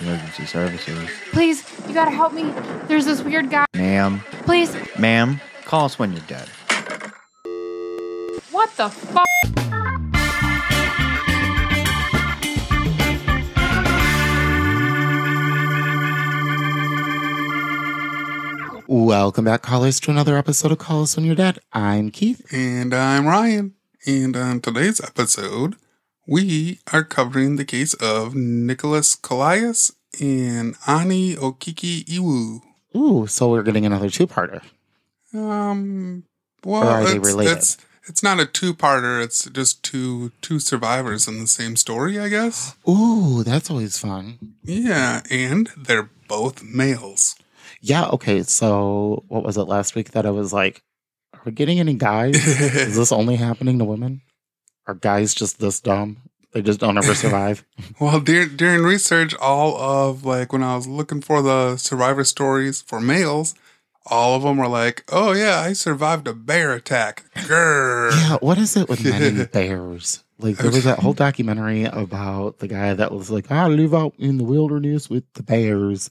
Emergency services. Please, you gotta help me. There's this weird guy. Ma'am. Please, Ma'am. Call us when you're dead. what the fuck? Welcome back, callers, to another episode of Call Us When You're Dead. I'm Keith. And I'm Ryan. And on today's episode, we are covering the case of Nicholas Colias and Ani Okiki Iwu. Ooh, so we're getting another two-parter. Um, well, Or are they it's, related? It's, it's not a two-parter. It's just two two survivors in the same story, I guess. Ooh, that's always fun. Yeah, and they're both males. Yeah, okay, so what was it last week that I was like, are we getting any guys? Is this only happening to women? Are guys just this dumb? They just don't ever survive? Well, during, during research, all of like when I was looking for the survivor stories for males, all of them were like, "Oh yeah, I survived a bear attack." Grr. Yeah, what is it with men and bears? Like there was that whole documentary about the guy that was like, I live out in the wilderness with the bears.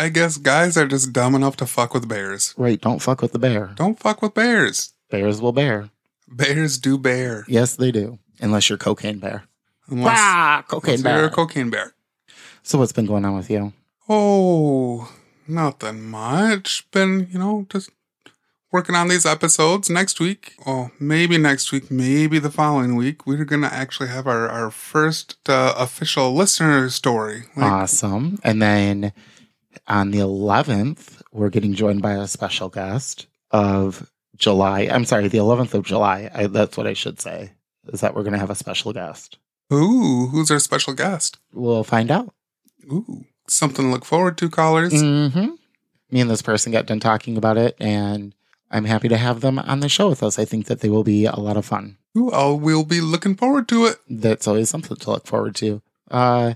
I guess guys are just dumb enough to fuck with bears. Right, don't fuck with the bear. Don't fuck with bears. Bears will bear. Bears do bear. Yes, they do. Unless you're cocaine bear. Unless, ah, cocaine unless you're bear. a cocaine bear. so what's been going on with you? Oh, nothing much. Been, you know, just working on these episodes next week. Oh, maybe next week, maybe the following week. We're going to actually have our, our first uh, official listener story. Like, Awesome. And then on the 11th, we're getting joined by a special guest of July. I'm sorry, the 11th of July. I, that's what I should say. Is that we're going to have a special guest. ooh, who's our special guest? We'll find out. Ooh, something to look forward to, callers. hmm Me and this person got done talking about it, and I'm happy to have them on the show with us. I think that they will be a lot of fun. Ooh, oh, we'll be looking forward to it. That's always something to look forward to. Uh,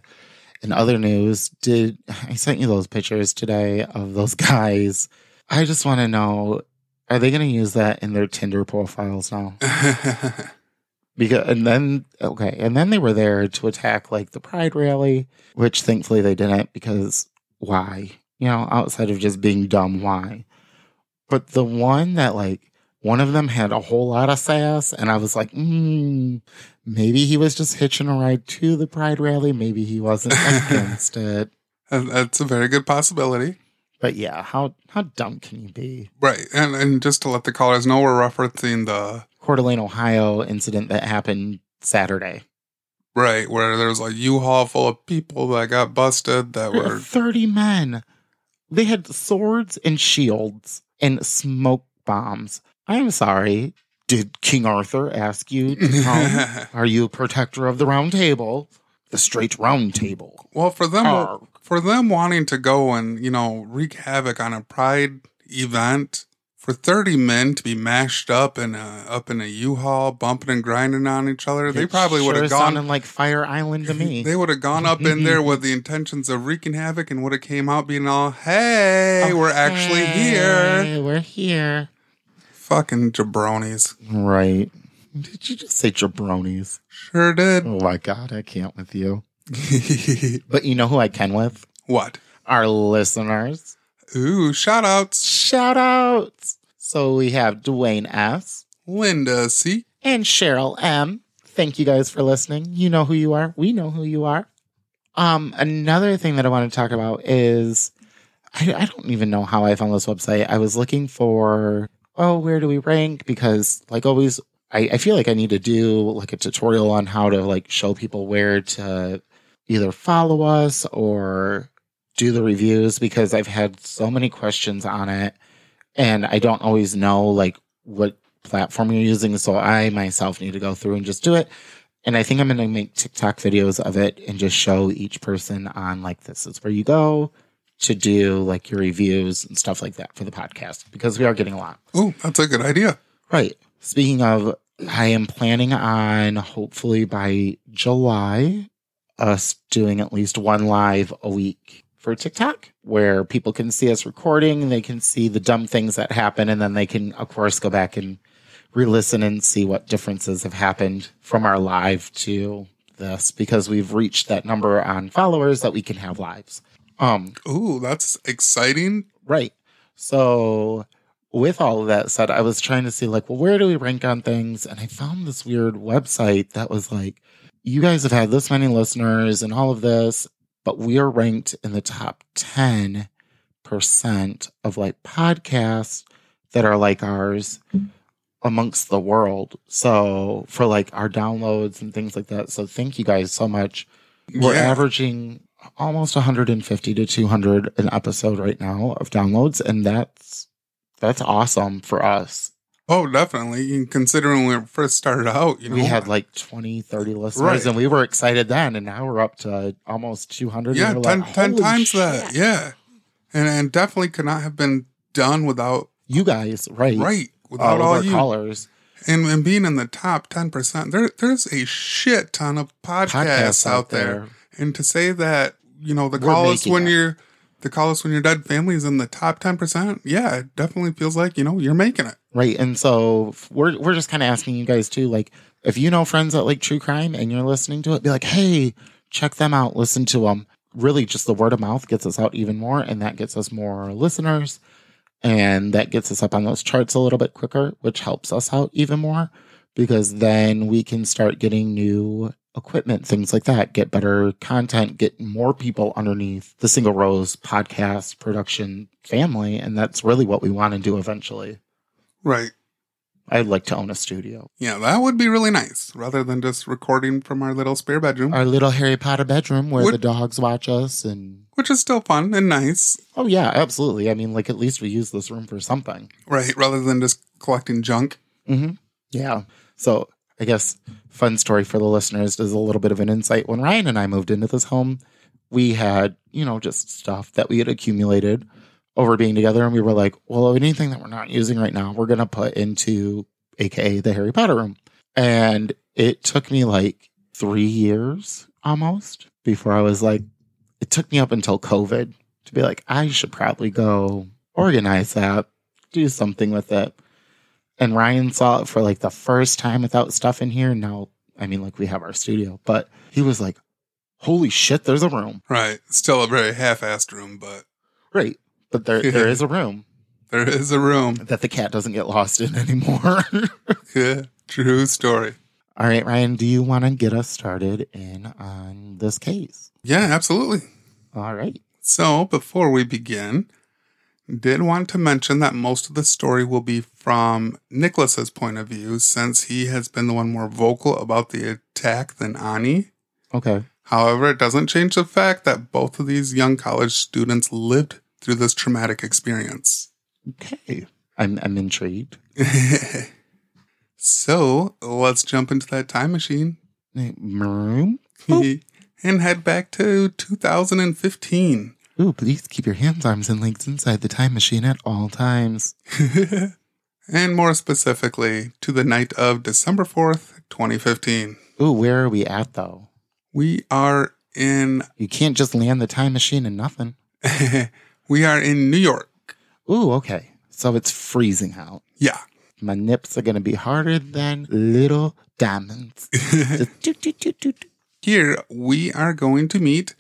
in other news, did I sent you those pictures today of those guys? I just want to know: Are they going to use that in their Tinder profiles now? Because and then okay, and then they were there to attack like the Pride rally, which thankfully they didn't because why? You know, outside of just being dumb, why? But the one that like one of them had a whole lot of sass, and I was like, mm, maybe he was just hitching a ride to the Pride rally. Maybe he wasn't against it. And That's a very good possibility. But yeah, how how dumb can you be? Right. And, and just to let the callers know, we're referencing the Coeur d'Alene, Ohio incident that happened Saturday. Right, where there's a U-Haul full of people that got busted that There were were 30 men. They had swords and shields and smoke bombs. I'm sorry. Did King Arthur ask you to come? Are you a protector of the round table? The straight round table. well for them Arg. for them wanting to go and you know wreak havoc on a pride event for 30 men to be mashed up in a up in a U-Haul bumping and grinding on each other they It probably would sure have gone sounded like Fire Island to me. they would have gone up in there with the intentions of wreaking havoc and would have came out being all hey we're actually here Oh, Hey, We're here. fucking jabronis Right. Did you just say jabronis? sure did Oh my God, I can't with you. But you know who I can with? what Our listeners. ooh shout outs Shout outs. So we have Dwayne S. linda see and Cheryl M. Thank you guys for listening. You know who you are. We know who you are. Um, another thing that I want to talk about is I, I don't even know how I found this website. I was looking for, oh, where do we rank? Because like always, I, I feel like I need to do like a tutorial on how to like show people where to either follow us or do the reviews because I've had so many questions on it and I don't always know like what platform you're using. So I myself need to go through and just do it. And I think I'm going to make TikTok videos of it and just show each person on like this is where you go to do like your reviews and stuff like that for the podcast because we are getting a lot. Ooh, that's a good idea. Right. Speaking of, I am planning on hopefully by July us doing at least one live a week for TikTok where people can see us recording, they can see the dumb things that happen, and then they can, of course, go back and re listen and see what differences have happened from our live to this because we've reached that number on followers that we can have lives. Um, Ooh, that's exciting. right. So with all of that said, I was trying to see like, well, where do we rank on things? And I found this weird website that was like, you guys have had this many listeners and all of this, but we are ranked in the top 10% of like podcasts that are like ours amongst the world. So for like our downloads and things like that. So thank you guys so much. We're Yeah. averaging almost 150 to 200 an episode right now of downloads and that's that's awesome for us. Oh, definitely. And Considering when we first started out, you know, we had like 20 30 listeners Right. and we were excited then and now we're up to almost 200 yeah, and we're 10, like, 10 "Holy times shit." that. Yeah. And, and definitely could not have been done without, you guys right right, all without of all our you. callers And, and being in the top 10%, there, there's a shit ton of podcasts, out there. And to say that, you know, the We're call us making when it. you're, the call us when your dead family is in the top 10%. Yeah, it definitely feels like, you know, you're making it. right and so f- we're we're just kind of asking you guys too like if you know friends that like true crime and you're listening to it be like hey check them out listen to them really just the word of mouth gets us out even more and that gets us more listeners and that gets us up on those charts a little bit quicker which helps us out even more because then we can start getting new equipment things like that get better content get more people underneath the single rose podcast production family and that's really what we want to do eventually Right. I'd like to own a studio. Yeah, that would be really nice rather than just recording from our little spare bedroom, Our little Harry Potter bedroom where Would- the dogs watch us and which is still fun and nice. Oh yeah, absolutely. I mean, like at least we use this room for something. Right. Rather than just collecting junk. Mm-hmm. Yeah. So I guess fun story for the listeners is a little bit of an insight. When Ryan and I moved into this home, we had, you know, just stuff that we had accumulated over being together. And we were like, well, anything that we're not using right now, we're going to put into AKA the Harry Potter room. And it took me like three years almost before I was like, it took me up until COVID to be like, I should probably go organize that, do something with it and Ryan saw it for like the first time without stuff in here. Now, I mean, like we have our studio, but he was like, "Holy shit, there's a room!" Right. Still a very half assed room, but Right, but there there is a room there is a room. that the cat doesn't get lost in anymore. Yeah. True story. All right, Ryan, do you want to get us started in on this case? Yeah, absolutely. All right, So, before we begin, did want to mention that most of the story will be from Nicholas's point of view, since he has been the one more vocal about the attack than Ani. okay, However, it doesn't change the fact that both of these young college students lived through this traumatic experience. okay. I'm I'm intrigued. so, let's jump into that time machine Room. and head back to 2015. Ooh, please keep your hands, arms, and legs inside the time machine at all times. and more specifically to the night of December 4th, 2015. Ooh, where are we at though? We are in You can't just land the time machine and nothing. we are in New York. Ooh, okay. So it's freezing out. Yeah. My nips are gonna be harder than little diamonds. Just toot, toot, toot, toot, toot. Here we are going to meet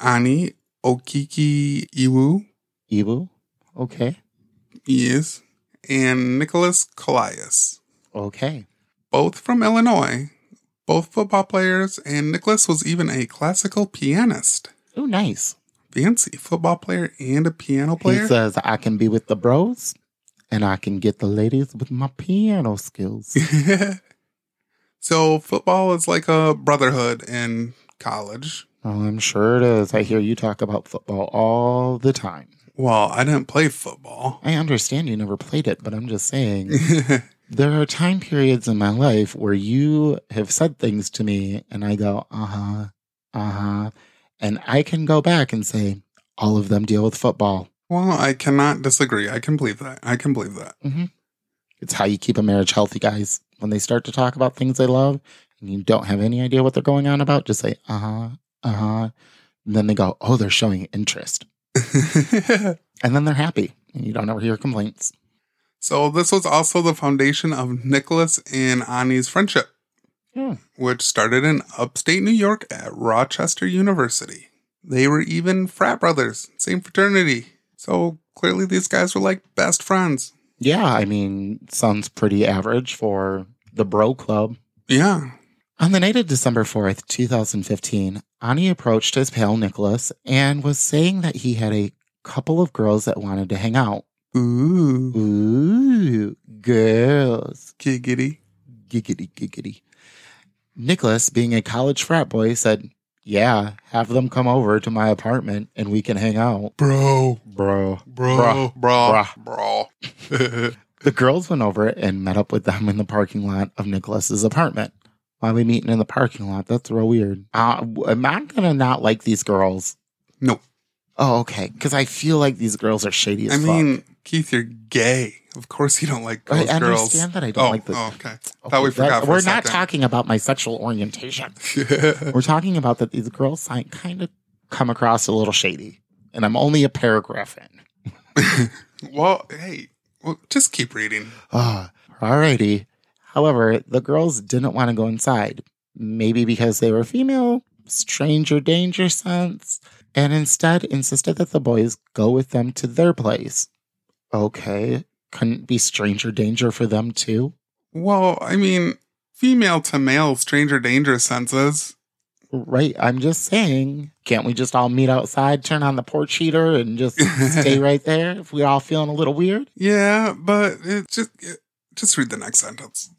Ani Okiki Iwu. Ibu, okay, Yes. And Nicholas Colias. okay. both from Illinois, both football players, and Nicholas was even a classical pianist. Ooh, nice. Fancy football player and a piano player. He says I can be with the bros, and I can get the ladies with my piano skills. so football is like a brotherhood in college. oh, I'm sure it is. I hear you talk about football all the time. Well, I didn't play football. I understand you never played it, but I'm just saying. There are time periods in my life where you have said things to me and I go, uh huh, uh huh. And I can go back and say, all of them deal with football. well, I cannot disagree. I can believe that. I can believe that. It's how you keep a marriage healthy, guys. When they start to talk about things they love and you don't have any idea what they're going on about, just say, uh huh, uh huh. And then they go, oh, they're showing interest. And then they're happy and you don't ever hear complaints. so this was also the foundation of Nicholas and Ani's friendship. Hmm. which started in upstate New York at Rochester University. They were even frat brothers, same fraternity. So clearly, these guys were like best friends. Yeah, I mean, sounds pretty average for the bro club. Yeah. On the night of December 4th, 2015, Ani approached his pal Nicholas and was saying that he had a couple of girls that wanted to hang out. Ooh. Ooh, girls. Giggity. Giggity, giggity. Nicholas, being a college frat boy, said, Yeah, have them come over to my apartment and we can hang out. Bro. Bro. Bro. Bro. Bro. Bro. The girls went over and met up with them in the parking lot of Nicholas's apartment. Why are we meeting in the parking lot? That's real weird. Uh, am I gonna not like these girls? no. Oh, okay. Because I feel like these girls are shady as I fuck. mean, Keith, you're gay. Of course you don't like I girls. girls. understand that I don't oh, like the- Oh, okay. Okay, Thought we that- forgot for we're a not second. talking about my sexual orientation. talking. We're talking about that these girls I kind of come across a little shady, and I'm only a paragraph in. well, hey, well, just keep reading. Ah, alrighty. However, the girls didn't want to go inside. Maybe because they were female, stranger danger sense, and instead insisted that the boys go with them to their place. Okay, couldn't be stranger danger for them too? Well, I mean, female to male stranger danger senses. Right, I'm just saying, can't we just all meet outside, turn on the porch heater, and just stay right there if we're all feeling a little weird? Yeah, but it just it, just read the next sentence.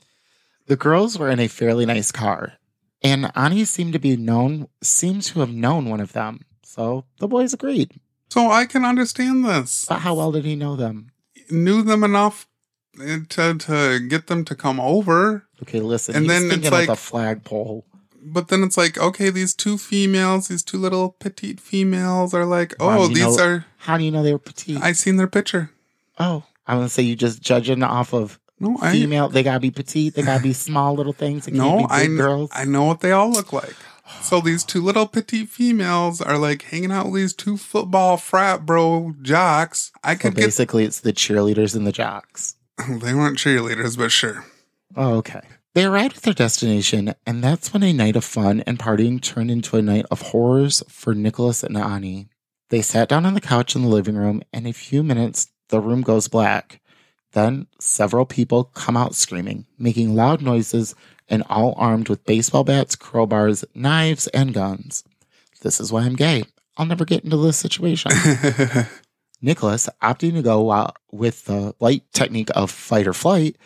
The girls were in a fairly nice car, and Ani seemed to be known seemed to have known one of them. So the boys agreed. So I can understand this. But how well did he know them? Knew them enough eh, to to get them to come over, Okay, listen. And he's then it's thinking like- like a flagpole. but then it's like, okay, these two females, these two little petite females, are like, Mom, oh, you these know- are. How do you know they were petite? I seen their picture. oh, I'm gonna say you just judging off of No, I female. They gotta be petite. They gotta be small little things. They No, can't be I big girls. I know what they all look like. So these two little petite females are like hanging out with these two football frat bro jocks. I so could get basically, it's the cheerleaders and the jocks. they weren't cheerleaders, but sure. Oh, okay. They arrived at their destination, and that's when a night of fun and partying turned into a night of horrors for Nicholas and Ani. They sat down on the couch in the living room, and in a few minutes, the room goes black. Then several people come out screaming, making loud noises, and all armed with baseball bats, crowbars, knives, and guns. This is why I'm gay. I'll never get into this situation. Nicholas, opting to go out with the light technique of fight or flight,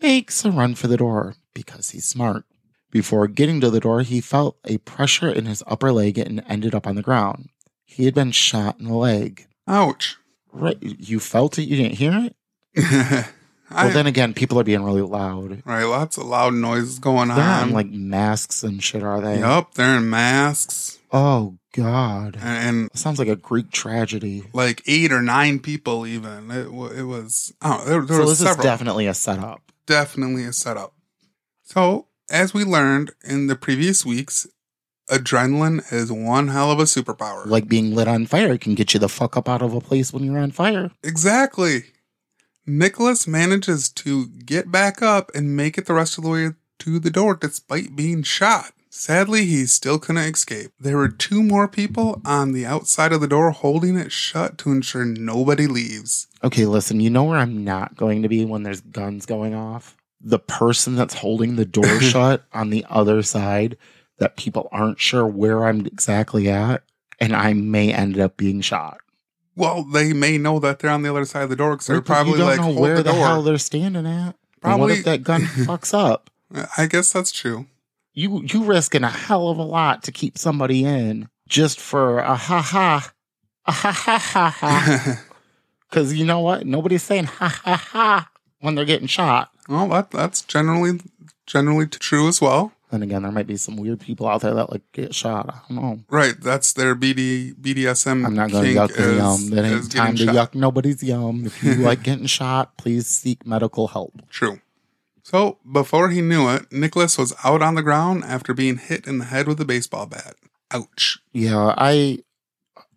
makes a run for the door because he's smart. Before getting to the door, he felt a pressure in his upper leg and ended up on the ground. He had been shot in the leg. Ouch. Right, you felt it. You didn't hear it. I, Well, then again, people are being really loud. right, lots of loud noises going They're not on. in like masks and shit, are they? Um, Yup, they're in masks Oh God, and, and sounds like a Greek tragedy. like eight or nine people even. It, wa- it was oh, there, there So was this several. is definitely a setup. definitely a setup. So, as we learned in the previous weeks, adrenaline is one hell of a superpower. Like being lit on fire can get you the fuck up out of a place when you're on fire. exactly. Nicholas manages to get back up and make it the rest of the way to the door despite being shot. Sadly, he still couldn't escape. There were two more people on the outside of the door holding it shut to ensure nobody leaves. Okay, listen, you know where I'm not going to be when there's guns going off? The person that's holding the door shut on the other side that people aren't sure where I'm exactly at, and I may end up being shot. Well, they may know that they're on the other side of the door because they're Right, but probably like, hold where the the, door. hell they're standing at. Probably. what Probably- if that gun fucks up? I guess that's true. You you risking a hell of a lot to keep somebody in just for a ha ha. A ha ha ha ha. Because you know what? Nobody's saying ha ha ha when they're getting shot. Well, that that's generally generally true as well, Then again, there might be some weird people out there that like get shot. I don't know. right? That's their BD BDSM. I'm not going to Mm, kink yuck the is- yum. That is ain't time to getting shot. yuck nobody's yum. If you like getting shot, please seek medical help. True. So before he knew it, Nicholas was out on the ground after being hit in the head with a baseball bat. Ouch! Yeah, I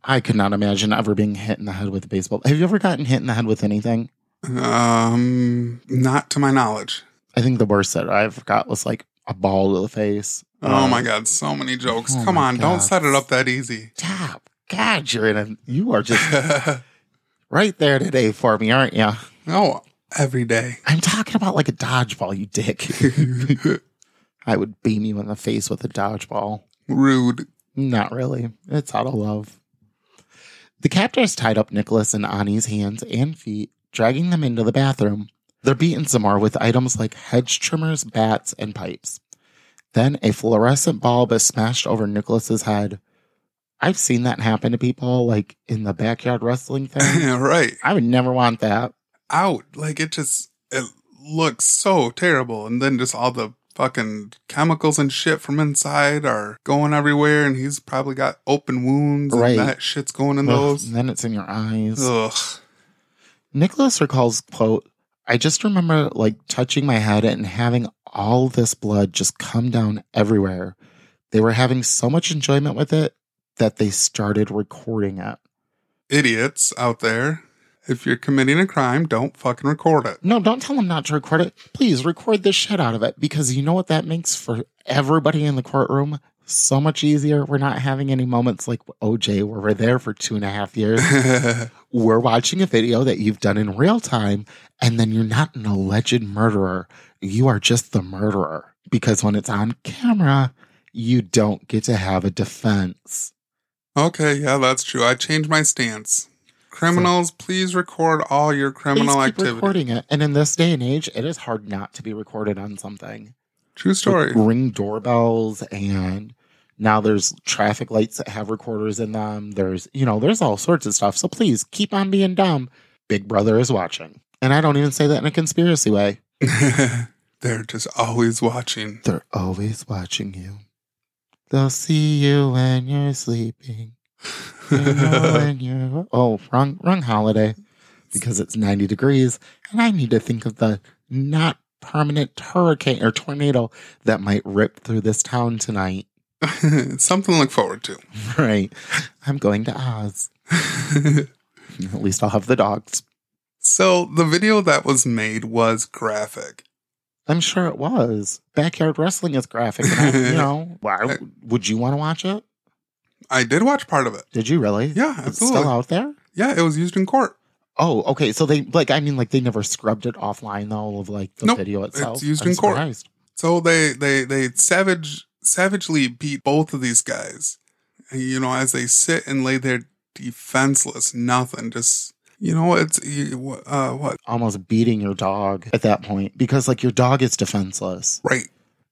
I could not imagine ever being hit in the head with a baseball. Have you ever gotten hit in the head with anything? Um, not to my knowledge. I think the worst that I ever got was like a ball to the face. Oh Uh, my god, so many jokes. oh Come my on, don't God. set it up that easy. Stop. God, you're in a, you are just oh, right there today for me, aren't you? every day. I'm talking about like a dodgeball, you dick. I would beam you in the face with a dodgeball. Rude. Not really. It's out of love. The captors tied up Nicholas and Ani's hands and feet, dragging them into the bathroom. They're beaten some more with items like hedge trimmers, bats, and pipes. Then a fluorescent bulb is smashed over Nicholas's head. I've seen that happen to people, like in the backyard wrestling thing. Yeah, right. I would never want that. Out. Like it just it looks so terrible. And then just all the fucking chemicals and shit from inside are going everywhere and he's probably got open wounds Right. and that shit's going in Ugh, those. and then it's in your eyes. Ugh. Nicholas recalls, quote, I just remember like touching my head and having all this blood just come down everywhere. They were having so much enjoyment with it that they started recording it. Idiots out there. If you're committing a crime, don't fucking record it. No, don't tell them not to record it. Please record the shit out of it because you know what that makes for everybody in the courtroom? So much easier. We're not having any moments like OJ where we're there for two and a half years. we're watching a video that you've done in real time, and then you're not an alleged murderer. You are just the murderer. Because when it's on camera, you don't get to have a defense. Okay, yeah, that's true. I changed my stance. Criminals, please record all your Please criminal keep activity. recording it. And in this day and age, it is hard not to be recorded on something. True story. Like, ring doorbells and now there's traffic lights that have recorders in them. There's, you know, there's all sorts of stuff. So please keep on being dumb. Big Brother is watching. And I don't even say that in a conspiracy way. They're just always watching. They're always watching you. They'll see you when you're sleeping. They know when you're- oh, wrong, wrong holiday because it's 90 degrees. And I need to think of the not permanent hurricane or tornado that might rip through this town tonight. Something to look forward to. Right. I'm going to Oz. At least I'll have the dogs. so the video that was made was graphic. I'm sure it was. Backyard wrestling is graphic. and I- you know, why would you want to watch it? I did watch part of it. Did you really? Yeah, It's absolutely. still out there? yeah, it was used in court. Oh, okay. So they like I mean like they never scrubbed it offline though of like the Nope, video itself. it's used I'm in court. surprised. So they they they savage savagely beat both of these guys. And, you know, as they sit and lay there defenseless, nothing. Just you know, it's you, uh, what Almost beating your dog at that point because like your dog is defenseless right.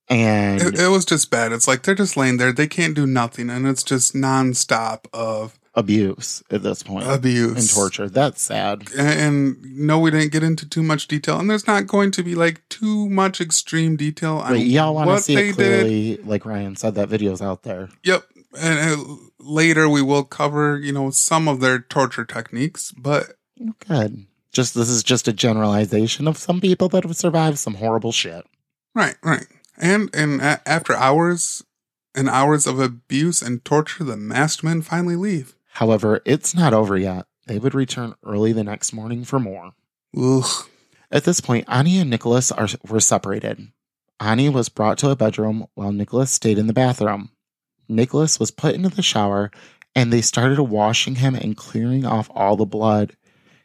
and It, it was just bad. It's like they're just laying there. They can't do nothing, and it's just nonstop of abuse at this point abuse and torture. That's sad. And and no, we didn't get into too much detail, and there's not going to be like too much extreme detail on But y'all want to what see they it did. clearly, like Ryan said, that video's out there. Yep. And uh, later we will cover, you know, some of their torture techniques, but Good. Just this is just a generalization of some people that have survived some horrible shit. right, right. And and a- after hours and hours of abuse and torture, the masked men finally leave. However, it's not over yet. They would return early the next morning for more. Ugh. At this point, Ani and Nicholas are, were separated. Ani was brought to a bedroom while Nicholas stayed in the bathroom. Nicholas was put into the shower and they started washing him and clearing off all the blood.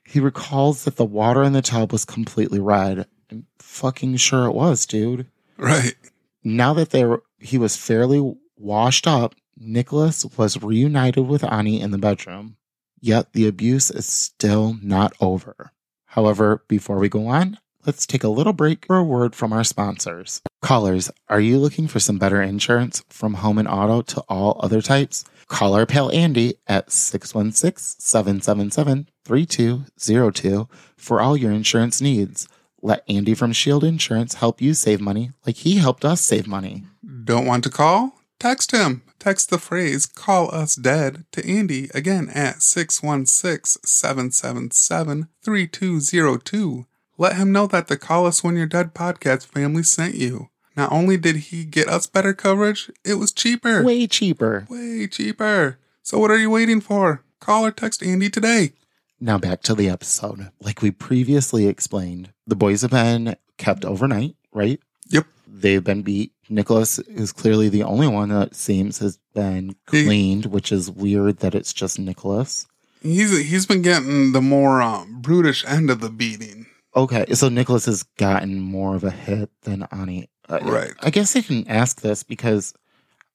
He recalls that the water in the tub was completely red. I'm fucking sure it was, dude. Right. Now that they were, he was fairly washed up, Nicholas was reunited with Ani in the bedroom. Yet the abuse is still not over. However, before we go on, let's take a little break for a word from our sponsors. Callers, are you looking for some better insurance from home and auto to all other types? Call our pal Andy at 616 777 3202 for all your insurance needs. Let Andy from Shield Insurance help you save money like he helped us save money. Don't want to call? Text him. Text the phrase call us dead to Andy again at 616 777 3202. Let him know that the Call Us When You're Dead podcast family sent you. Not only did he get us better coverage, it was cheaper. Way cheaper. Way cheaper. So what are you waiting for? Call or text Andy today. Now back to the episode. Like we previously explained, the boys have been kept overnight, right? Yep. They've been beat, Nicholas is clearly the only one that seems has been He- cleaned, which is weird that it's just Nicholas. He's he's been getting the more uh, brutish end of the beating. Okay, so Nicholas has gotten more of a hit than Ani. Uh, Right. I guess I can ask this because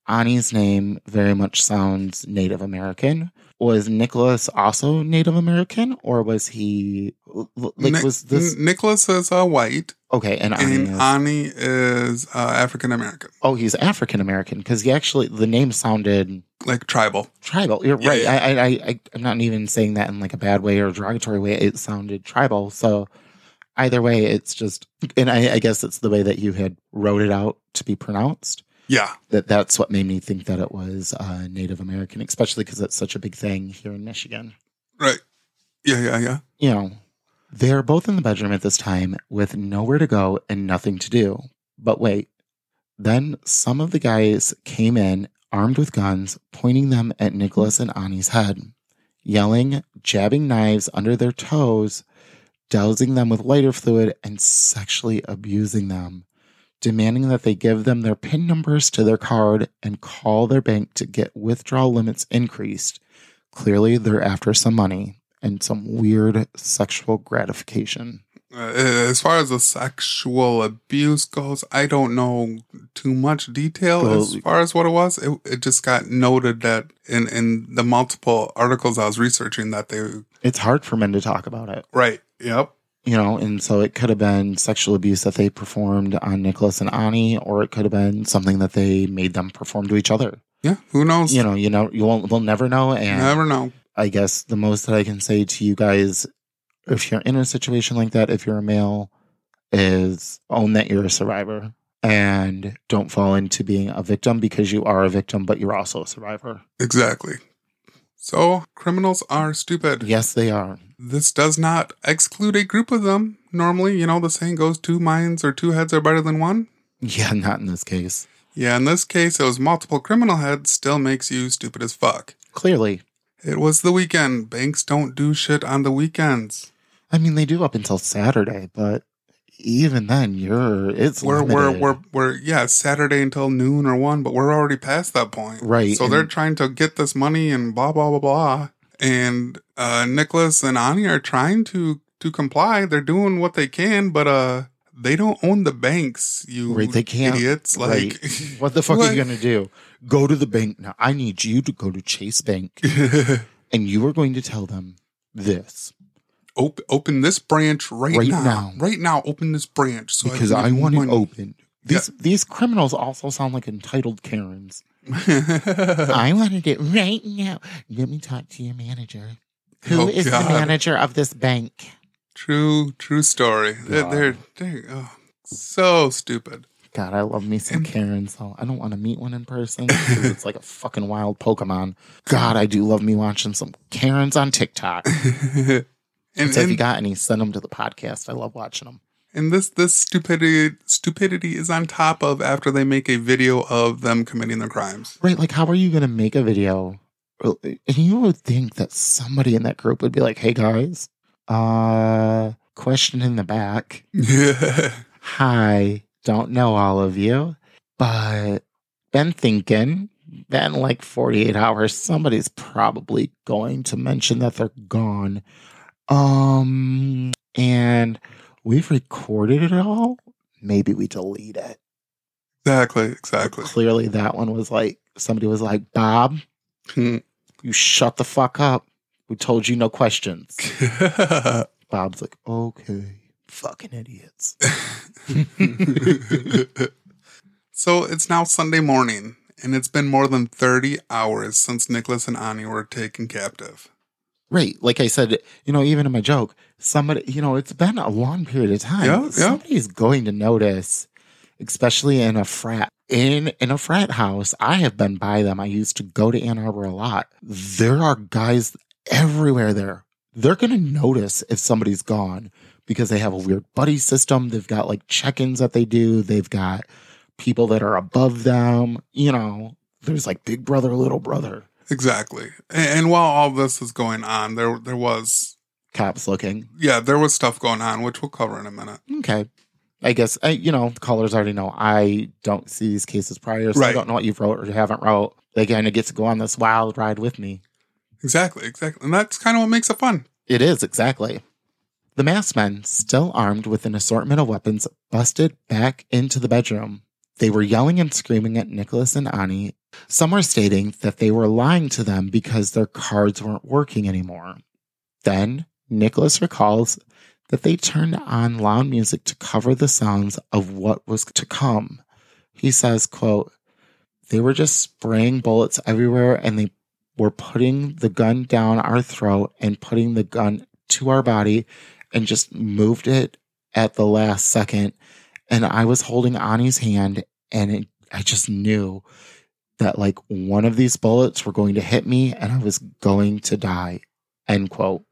Ani's name very much sounds Native American. Was Nicholas also Native American, or was he l- l- like Nic- was this N- Nicholas is uh, white okay? And Ani, and is, Ani is uh, African American, oh, he's African American because he actually the name sounded like tribal. tribal. You're Yeah, right. yeah. I, I, I, I, I'm not even saying that in like a bad way or derogatory way. It sounded tribal. So either way, it's just, and I, I guess it's the way that you had wrote it out to be pronounced. Yeah, That that's what made me think that it was uh, Native American, especially because it's such a big thing here in Michigan. right. Yeah, yeah, yeah. You know, they're both in the bedroom at this time with nowhere to go and nothing to do. But wait, then some of the guys came in armed with guns, pointing them at Nicholas and Ani's head, yelling, jabbing knives under their toes, dousing them with lighter fluid, and sexually abusing them, demanding that they give them their PIN numbers to their card and call their bank to get withdrawal limits increased. Clearly, they're after some money and some weird sexual gratification. Uh, as far as the sexual abuse goes, I don't know too much detail Well, as far as what it was. It, it just got noted that in, in the multiple articles I was researching that they It's hard for men to talk about it. right. Yep. you know, and so it could have been sexual abuse that they performed on Nicholas and Ani, or it could have been something that they made them perform to each other. Yeah. Who knows? You know, you know, you won't, we'll never know. And Never know. I guess the most that I can say to you guys, if you're in a situation like that, if you're a male, is own that you're a survivor and don't fall into being a victim because you are a victim, but you're also a survivor. Exactly. So criminals are stupid. Yes, they are. This does not exclude a group of them. Normally, you know, the saying goes two minds or two heads are better than one. Yeah, not in this case. Yeah, in this case, it was multiple criminal heads still makes you stupid as fuck. Clearly. It was the weekend. Banks don't do shit on the weekends. I mean, they do up until Saturday, but even then, you're it's We're, we're, limited. we're, we're, yeah, it's Saturday until noon or one, but we're already past that point. Right, So they're and- trying to get this money and blah, blah, blah, blah. And, uh, Nicholas and Ani are trying to, to comply. They're doing what they can, but, uh, they don't own the banks, you right. They can't. idiots. Like, right. what the fuck are what? you gonna do? Go to the bank now. I need you to go to Chase Bank, and you are going to tell them this Op- open this branch right, Right now. now. Right now, open this branch. So because can I get want it money. open. These these criminals also sound like entitled Karens. I wanted it right now. Let me talk to your manager. Who Oh, is God. the manager of this bank? True, true story. They're, God. they're, they're oh, so stupid. God, I love me some Karens though. I don't want to meet one in person because it's like a fucking wild Pokemon. God, I do love me watching some Karens on TikTok. So and if you and, got any, send them to the podcast. I love watching them. and this this stupidity stupidity is on top of after they make a video of them committing their crimes. Right? Like, how are you going to make a video? And you would think that somebody in that group would be like, "Hey guys, uh, question in the back. Hi, don't know all of you, but been thinking that in like 48 hours, somebody's probably going to mention that they're gone. Um, and we've recorded it all. Maybe we delete it. exactly, exactly. Clearly, that one was like somebody was like, Bob, you shut the fuck up. We told you no questions. Bob's like, okay, fucking idiots. so it's now Sunday morning, and it's been more than 30 hours since Nicholas and Ani were taken captive. Right. Like I said, you know, even in my joke, somebody, you know, it's been a long period of time. Yeah, yeah. Somebody's going to notice, especially in a frat. In in a frat house, I have been by them. I used to go to Ann Arbor a lot. There are guys everywhere there. They're gonna notice if somebody's gone because they have a weird buddy system. They've got like check-ins that they do. They've got people that are above them. You know, there's like big brother, little brother Exactly. And, and while all this is going on, there there was cops looking. yeah, there was stuff going on, which we'll cover in a minute. Okay. I guess I, you know callers already know I don't see these cases prior, so I Right. don't know what you wrote or you haven't wrote. They kind of get to go on this wild ride with me. Exactly, exactly. And that's kind of what makes it fun. It is exactly. The masked men, still armed with an assortment of weapons, busted back into the bedroom. They were yelling and screaming at Nicholas and Ani. Some were stating that they were lying to them because their cards weren't working anymore. Then Nicholas recalls that they turned on loud music to cover the sounds of what was to come. He says, quote, they were just spraying bullets everywhere and they were putting the gun down our throat and putting the gun to our body and just moved it at the last second. And I was holding Ani's hand and it, I just knew that like one of these bullets were going to hit me and I was going to die. End quote.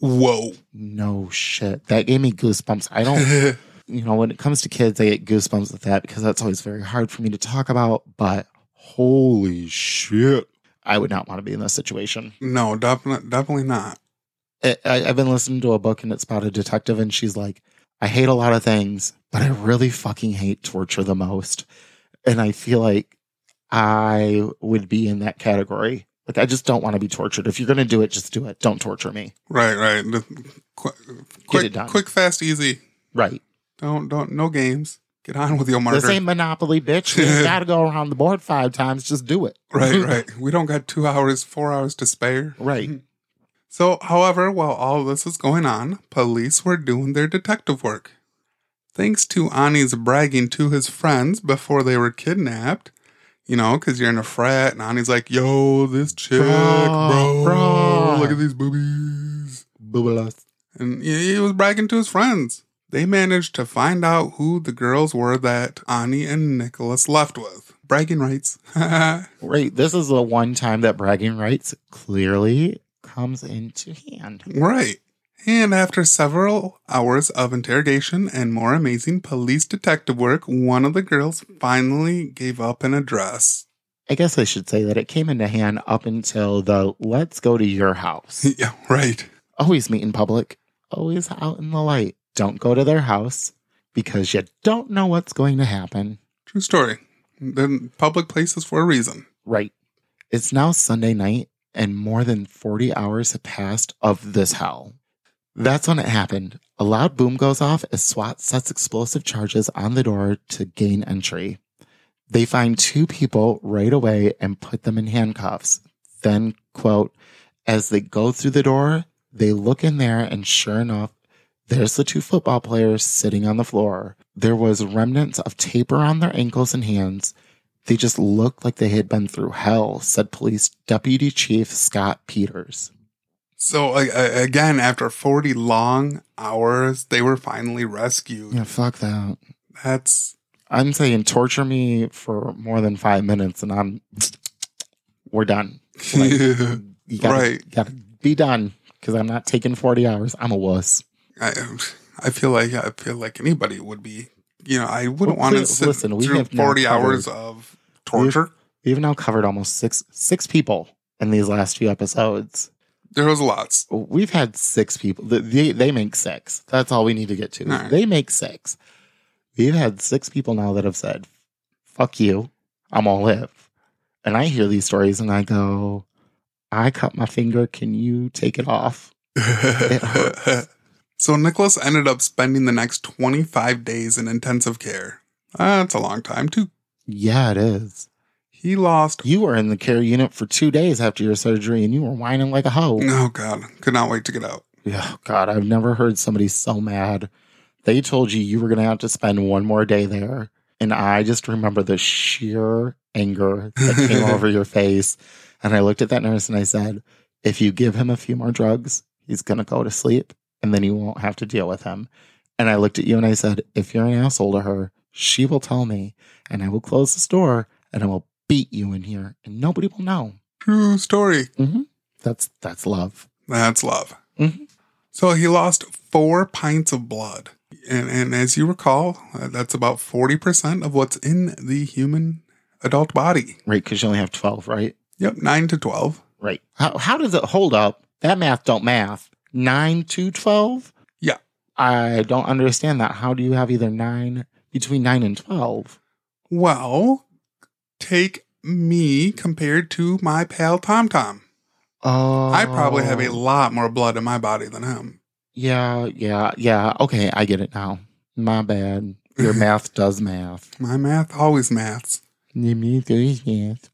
Whoa. No shit. That gave me goosebumps. I don't you know, when it comes to kids, I get goosebumps with that because that's always very hard for me to talk about. But holy shit, I would not want to be in this situation. no, definitely, definitely not. I, I- I've been listening to a book and it's about a detective, and she's like, I hate a lot of things, but I really fucking hate torture the most. And I feel like I would be in that category. Like, I just don't want to be tortured. If you're going to do it, just do it. Don't torture me. Right, right. The- Quick, it quick, done. quick, fast, easy. Right. Don't, don't, no games. Get on with your murder. This ain't Monopoly, bitch. You got to go around the board five times. Just do it. Right, Mm-hmm. right. We don't got two hours, four hours to spare. Right. So, however, while all this was going on, police were doing their detective work. Thanks to Ani's bragging to his friends before they were kidnapped, you know, because you're in a frat, and Ani's like, yo, this chick, Bruh, bro, bruh." look at these boobies. Boobalas. And he he was bragging to his friends. They managed to find out who the girls were that Ani and Nicholas left with. Bragging rights. Right. This is the one time that bragging rights clearly comes into hand. Right. And after several hours of interrogation and more amazing police detective work, one of the girls finally gave up an address. I guess I should say that it came into hand up until the let's go to your house. yeah, right. always meet in public, always out in the light. Don't go to their house because you don't know what's going to happen. True story. Then public places for a reason. Right. It's now Sunday night, and more than 40 hours have passed of this hell. That's when it happened. A loud boom goes off as SWAT sets explosive charges on the door to gain entry. They find two people right away and put them in handcuffs. Then, quote, as they go through the door, they look in there, and sure enough, there's the two football players sitting on the floor. There was remnants of tape around their ankles and hands. They just looked like they had been through hell, said police deputy chief Scott Peters. So, uh, again, after 40 long hours, they were finally rescued. Yeah, fuck that. That's I'm saying torture me for more than five minutes and I'm we're done. Like, you gotta, Right. you gotta be done because I'm not taking 40 hours. I'm a wuss. I, I feel like I feel like anybody would be. You know, I wouldn't Well, want to please, sit listen, we through have now 40 hours covered- of torture. We've now covered almost six six people in these last few episodes. There was lots. We've had six people. Th- They, they make six. That's all we need to get to. All right. They make six. We've had six people now that have said, fuck you. I'm all live. And I hear these stories and I go, I cut my finger. Can you take it off? hurts. so Nicholas ended up spending the next 25 days in intensive care. That's a long time too. Yeah, it is. He lost. You were in the care unit for two days after your surgery and you were whining like a hoe. Oh God, could not wait to get out. Yeah, God, I've never heard somebody so mad. They told you you were going to have to spend one more day there. And I just remember the sheer anger that came over your face. And I looked at that nurse and I said, if you give him a few more drugs, he's going to go to sleep and then you won't have to deal with him. And I looked at you and I said, if you're an asshole to her, she will tell me and I will close this door and I will beat you in here and nobody will know. True story. That's that's love. That's love. Mhm. So he lost four pints of blood, and and as you recall, uh, that's about 40 percent of what's in the human adult body. Right? Because you only have 12, right? Yep, nine to 12. Right. How, how does it hold up? That math don't math. 9 to 12? Yeah. I don't understand that. How do you have either nine between nine and twelve? Well, take me compared to my pal Tom Tom. Oh, I probably have a lot more blood in my body than him. Yeah, yeah, yeah. Okay, I get it now. My bad. Your math does math. My math always maths. Your math does math.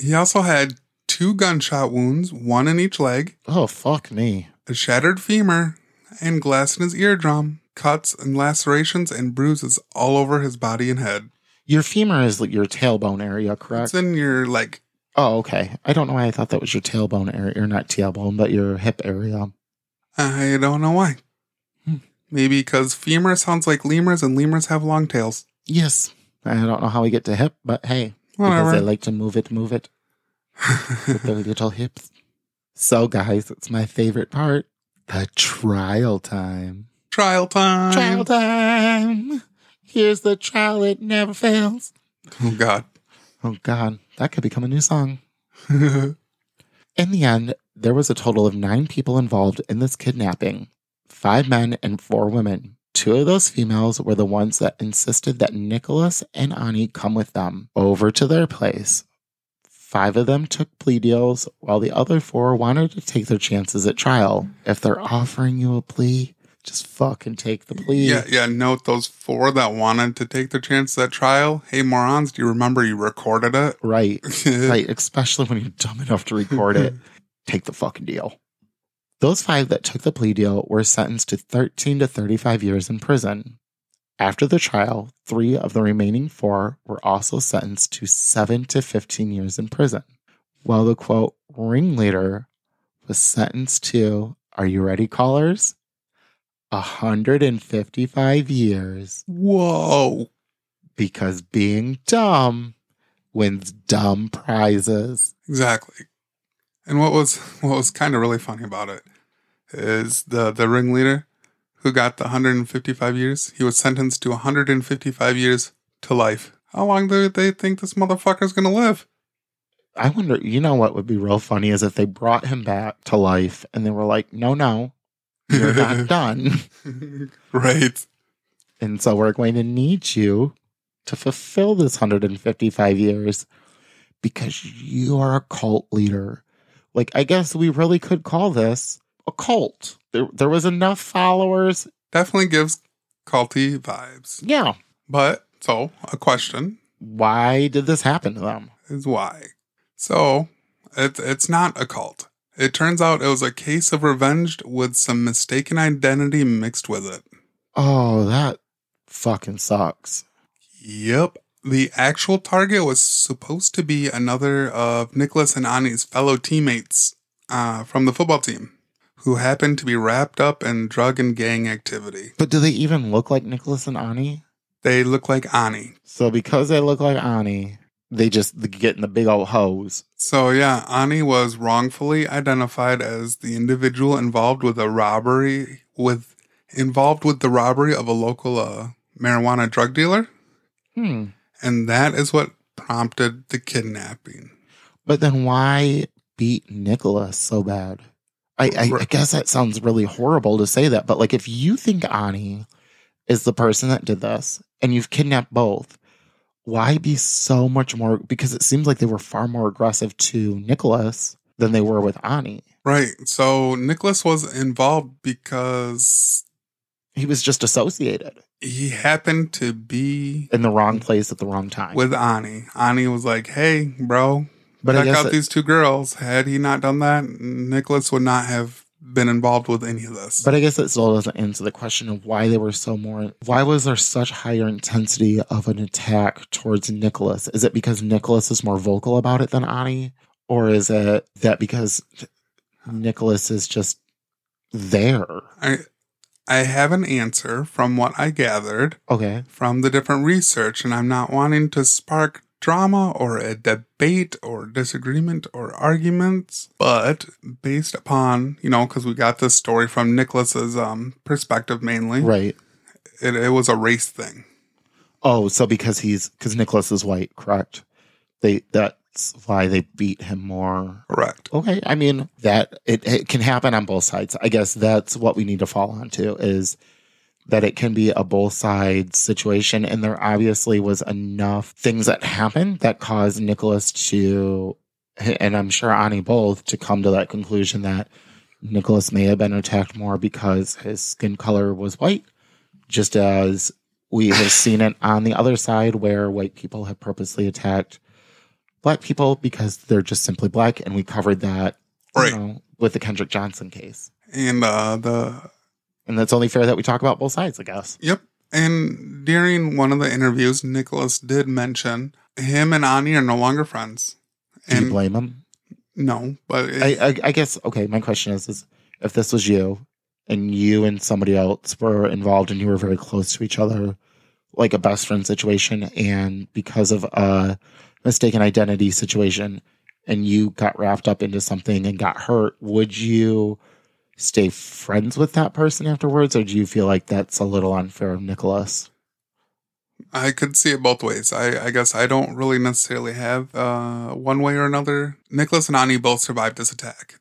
He also had two gunshot wounds, one in each leg, Oh fuck me. a shattered femur, and glass in his eardrum, cuts and lacerations and bruises all over his body and head. Your femur is like your tailbone area, correct? It's in your like oh, okay. I don't know why I thought that was your tailbone area, or not tailbone, but your hip area. I don't know why. Hmm. Maybe because femur sounds like lemurs and lemurs have long tails. Yes. I don't know how we get to hip, but hey, because they Whatever. like to move it, move it. their little hips. So, guys, it's my favorite part the trial time. Trial time. Trial time. Here's the trial, it never fails. Oh God. Oh, God, that could become a new song. In the end, there was a total of nine people involved in this kidnapping five men and four women. Two of those females were the ones that insisted that Nicholas and Ani come with them over to their place. Five of them took plea deals, while the other four wanted to take their chances at trial. If they're offering you a plea, just fucking take the plea. yeah, yeah. Note those four that wanted to take their chance at trial. Hey, morons, do you remember you recorded it? Right. right, especially when you're dumb enough to record it. Take the fucking deal. Those five that took the plea deal were sentenced to 13 to 35 years in prison. After the trial, three of the remaining four were also sentenced to 7 to 15 years in prison, while the quote ringleader was sentenced to, are you ready, callers? 155 years Whoa. because being dumb wins dumb prizes. Exactly. And what was what was kind of really funny about it is the the ringleader who got the 155 years. He was sentenced to 155 years to life. How long do they think this motherfucker's gonna live? I wonder, you know what would be real funny is if they brought him back to life and they were like, no, no, you're not done. right. And so we're going to need you to fulfill this 155 years because you are a cult leader. Like, I guess we really could call this a cult. There, there was enough followers. Definitely gives culty vibes. Yeah. But so a question Why did this happen to them? is why. So it's it's not a cult. It turns out it was a case of revenge with some mistaken identity mixed with it. Oh, that fucking sucks. Yep. The actual target was supposed to be another of Nicholas and Ani's fellow teammates uh, from the football team, who happened to be wrapped up in drug and gang activity. But do they even look like Nicholas and Ani? They look like Ani. So because they look like Ani, they just get in the big old hose. So, yeah, Ani was wrongfully identified as the individual involved with a robbery with involved with the robbery of a local uh, marijuana drug dealer, Hmm. and that is what prompted the kidnapping. But then why beat Nicholas so bad? I, I, I Right. guess that sounds really horrible to say that, but like if you think Ani is the person that did this and you've kidnapped both, why be so much more? Because it seems like they were far more aggressive to Nicholas than they were with Ani. Right. So Nicholas was involved because He was just associated he happened to be in the wrong place at the wrong time. with Ani. Ani was like, "Hey, bro, but I check guess out it- these two girls." Had he not done that, Nicholas would not have been involved with any of this. But I guess that still doesn't answer the question of why they were so more. Why was there such higher intensity of an attack towards Nicholas? Is it because Nicholas is more vocal about it than Ani, or is it that because Nicholas is just there? I I have an answer from what I gathered Okay, from the different research, and I'm not wanting to spark drama or a debate or disagreement or arguments, but based upon, you know, because we got this story from Nicholas's um, perspective mainly, right. it, it was a race thing. Oh, so because he's because Nicholas is white, correct? They that's why they beat him more. Correct. Okay, I mean that it, it can happen on both sides. I guess that's what we need to fall onto is that it can be a both sides situation. And there obviously was enough things that happened that caused Nicholas to, and I'm sure Ani both, to come to that conclusion that Nicholas may have been attacked more because his skin color was white, just as we have seen it on the other side where white people have purposely attacked black people because they're just simply black. And we covered that you Right. know, with the Kendrick Johnson case. And uh, the And that's only fair that we talk about both sides, I guess. Yep. And during one of the interviews, Nicholas did mention him and Ani are no longer friends. Do you And blame him? no, but it, I, I, I guess, okay, my question is, is if this was you and you and somebody else were involved and you were very close to each other, like a best friend situation, and because of a mistaken identity situation, and you got wrapped up into something and got hurt, would you stay friends with that person afterwards? Or do you feel like that's a little unfair of Nicholas? I could see it both ways. I, I guess I don't really necessarily have uh, one way or another. Nicholas and Ani both survived this attack.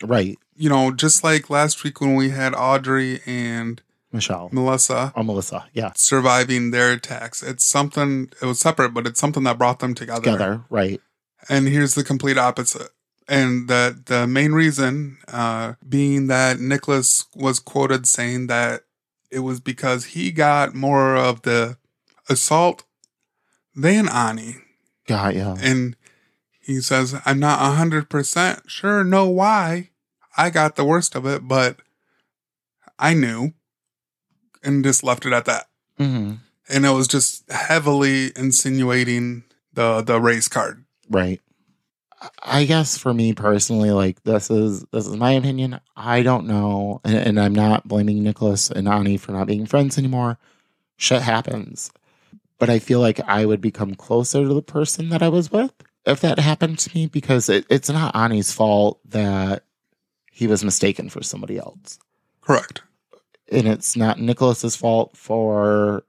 Right, You know, just like last week when we had Audrey and Michelle. Melissa Oh, Melissa. Yeah. surviving their attacks. It's something, it was separate, but it's something that brought them Together. Right. and here's the complete opposite. And the the main reason uh, being that Nicholas was quoted saying that it was because he got more of the assault than Ani, God, yeah. and he says, "I'm not hundred percent sure. Know why I got the worst of it, but I knew," and just left it at that. hmm And it was just heavily insinuating the the race card. Right. I- I guess for me personally, like this is this is my opinion. I don't know, and, and I'm not blaming Nicholas and Ani for not being friends anymore. Shit happens, but I feel like I would become closer to the person that I was with if that happened to me because it, it's not Ani's fault that he was mistaken for somebody else Correct. and it's not Nicholas's fault for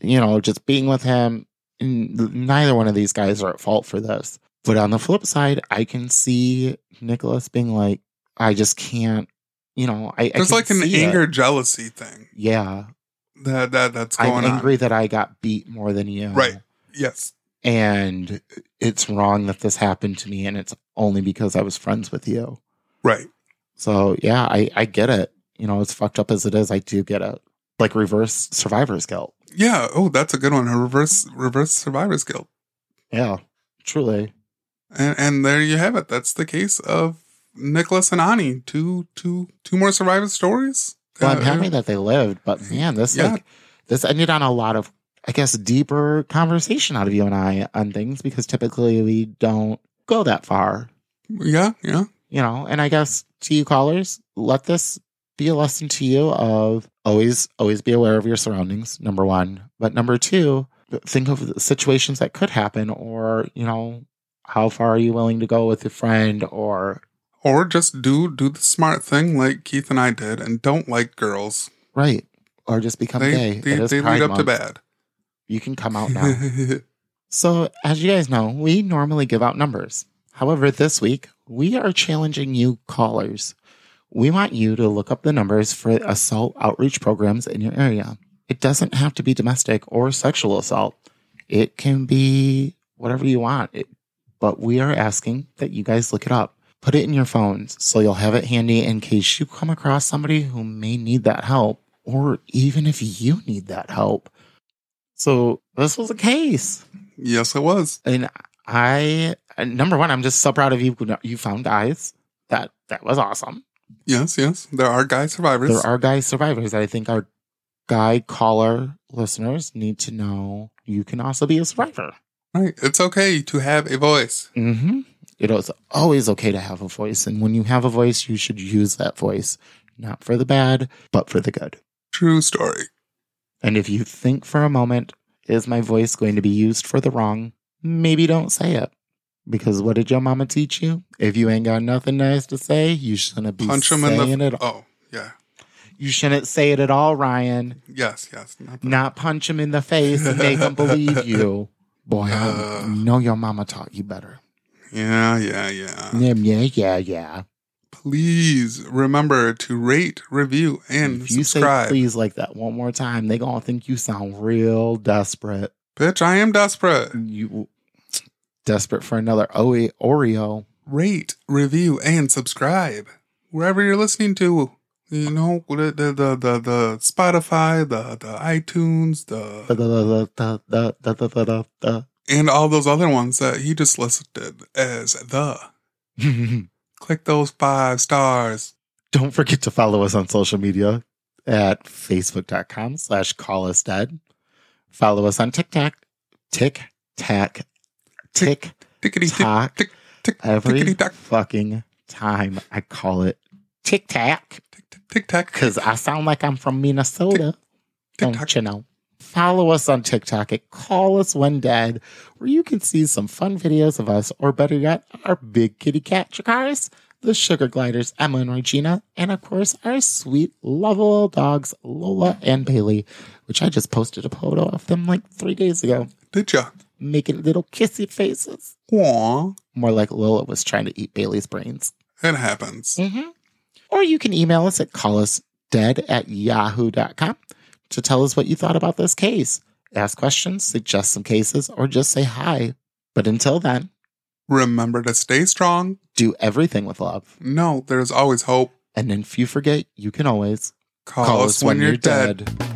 you know just being with him. N- Neither one of these guys are at fault for this. But on the flip side, I can see Nicholas being like, I just can't, you know, I I There's can like an see it. anger jealousy thing Yeah, that that that's I'm going angry on. that I got beat more than you. Right. Yes, and it's wrong that this happened to me, and it's only because I was friends with you. right. So yeah, I I get it. You know, as fucked up as it is, I do get it. Like reverse survivor's guilt. Yeah. Oh, that's a good one. A reverse reverse survivor's guilt. Yeah, truly. And and there you have it. That's the case of Nicholas and Ani. Two two two more survivor stories. Well, I'm Uh, happy that they lived, but man, this Yeah. like this ended on a lot of, I guess, deeper conversation out of you and I on things because typically we don't go that far, Yeah, yeah. you know. And I guess to you callers, let this be a lesson to you of always, always be aware of your surroundings. Number one, but number two, think of the situations that could happen, or you know, how far are you willing to go with a friend, or Or just do do the smart thing like Keith and I did, and don't like girls. right, or just become They gay. they, It is they lead Pride up to Month. bad. You can come out now. So, as you guys know, we normally give out numbers. However, this week, we are challenging you callers. We want you to look up the numbers for assault outreach programs in your area. It doesn't have to be domestic or sexual assault, it can be whatever you want. It, but we are asking that you guys look it up. Put it in your phones so you'll have it handy in case you come across somebody who may need that help, or even if you need that help. So, this was a case. yes, it was. And I, uh, number one, I'm just so proud of you. You found guys. That that was awesome. Yes, yes. There are guy survivors. There are guy survivors that I think our guy caller listeners need to know. You can also be a survivor. Right. It's okay to have a voice. Mm-hmm. It is always okay to have a voice, and when you have a voice, you should use that voice, not for the bad, but for the good. True story. And if you think for a moment, is my voice going to be used for the wrong? Maybe don't say it. Because what did your mama teach you? If you ain't got nothing nice to say, you shouldn't be Punch him saying in the. it. oh, yeah. You shouldn't say it at all, Ryan. Yes, yes. Not the- Not punch him in the face and make him believe you. Boy, I Uh. know your mama taught you better. yeah, yeah, yeah. Yeah, yeah, yeah, yeah. please remember to rate, review, and If you say subscribe. please like that one more time, they gonna think you sound real desperate. Bitch, I am desperate. You desperate for another Oe- Oreo. Rate, review, and subscribe wherever you're listening to. You know the the the the, the Spotify, the the iTunes, the Click and all those other ones that he just listed as the. Click those five stars. Don't forget to follow us on social media at facebook.com slash call us dead. Follow us on TikTok, tick, tack, tick, Tickety tick tock, tick tick every tickety tock fucking time I call it tic tac tick tick tick tack because I sound like I'm from Minnesota. tick Don't tock. you know? Follow us on TikTok at Call Us When Dead, where you can see some fun videos of us, or better yet, our big kitty cat Chakaris, the sugar gliders Emma and Regina, and of course our sweet lovable dogs Lola and Bailey, which I just posted a photo of them like three days ago, Did ya? making little kissy faces. Aw, More like Lola was trying to eat Bailey's brains. it happens. Mm-hmm. Or you can email us at callusdead at yahoo.com to tell us what you thought about this case, ask questions, suggest some cases, or just say hi. But until then, Remember to stay strong. do everything with love. No, there's always hope. And if you forget, you can always Call, us when, you're dead. dead.